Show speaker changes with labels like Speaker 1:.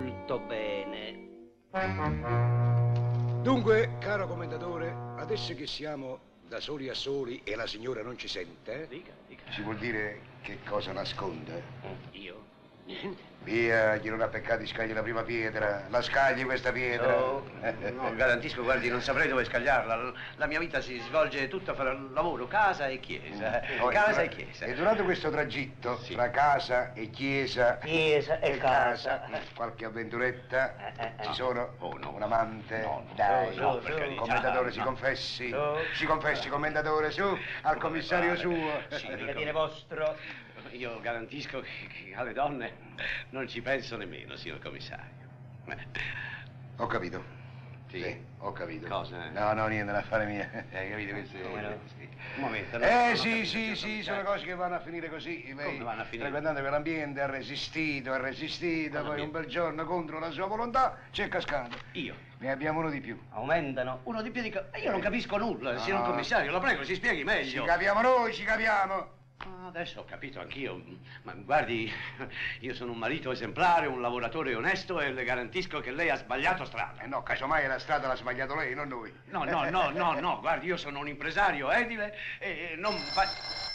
Speaker 1: molto bene.
Speaker 2: Dunque, caro commendatore, adesso che siamo da soli a soli e la signora non ci sente,
Speaker 1: Dica, dica.
Speaker 3: Ci vuol dire che cosa nasconde?
Speaker 1: Io? Niente.
Speaker 3: Via, girona peccati, scagli la prima pietra. La scagli questa pietra.
Speaker 4: No, eh, no, garantisco, guardi, non saprei dove scagliarla. L- La mia vita si svolge tutta fra lavoro, casa e chiesa.
Speaker 3: Oh,
Speaker 4: eh. Casa
Speaker 3: dura-
Speaker 4: e chiesa.
Speaker 3: E durante questo tragitto tra casa e chiesa
Speaker 5: Chiesa e casa.
Speaker 3: qualche avventuretta
Speaker 5: Eh, eh, eh.
Speaker 3: ci sono?
Speaker 4: Oh, no.
Speaker 3: Un amante?
Speaker 4: No, no.
Speaker 3: Dai,
Speaker 4: No, no, per
Speaker 3: Il
Speaker 4: carità.
Speaker 3: commendatore si
Speaker 4: No.
Speaker 3: confessi.
Speaker 5: No.
Speaker 3: Si confessi, commendatore, su, al commissario suo.
Speaker 4: Sì,
Speaker 5: Che dire vostro?
Speaker 4: Io garantisco che, che alle donne non ci penso nemmeno, signor commissario.
Speaker 3: Ho capito.
Speaker 4: Sì.
Speaker 3: ho capito.
Speaker 4: Cosa? Eh,
Speaker 3: No, no, niente, è un affare mio.
Speaker 4: Hai capito queste?
Speaker 3: Come no?
Speaker 4: Sì. Un momento. allora, non
Speaker 3: Eh
Speaker 4: ho
Speaker 3: sì,
Speaker 4: capito, certo, signor
Speaker 3: sì, sì, sono
Speaker 4: commissario.
Speaker 3: cose che vanno a finire così. Lei,
Speaker 4: vanno a finire?
Speaker 3: Frequentando quell'ambiente ha resistito, ha resistito, poi un
Speaker 4: Quell'ambiente?
Speaker 3: bel giorno contro la sua volontà ci è cascato.
Speaker 4: Io.
Speaker 3: Ne abbiamo uno di più.
Speaker 5: Aumentano.
Speaker 4: Uno di più di... co- Io non capisco nulla,
Speaker 3: No,
Speaker 4: signor
Speaker 3: no.
Speaker 4: commissario, la prego, si spieghi
Speaker 3: Ci
Speaker 4: meglio.
Speaker 3: capiamo noi, ci capiamo.
Speaker 4: Ah, Adesso ho capito anch'io, ma guardi, io sono un marito esemplare, un lavoratore onesto e le garantisco che lei ha sbagliato strada.
Speaker 3: Eh no, casomai la strada l'ha sbagliato lei, non noi.
Speaker 4: No, no, no, no, no, guardi, io sono un impresario edile e non... fa-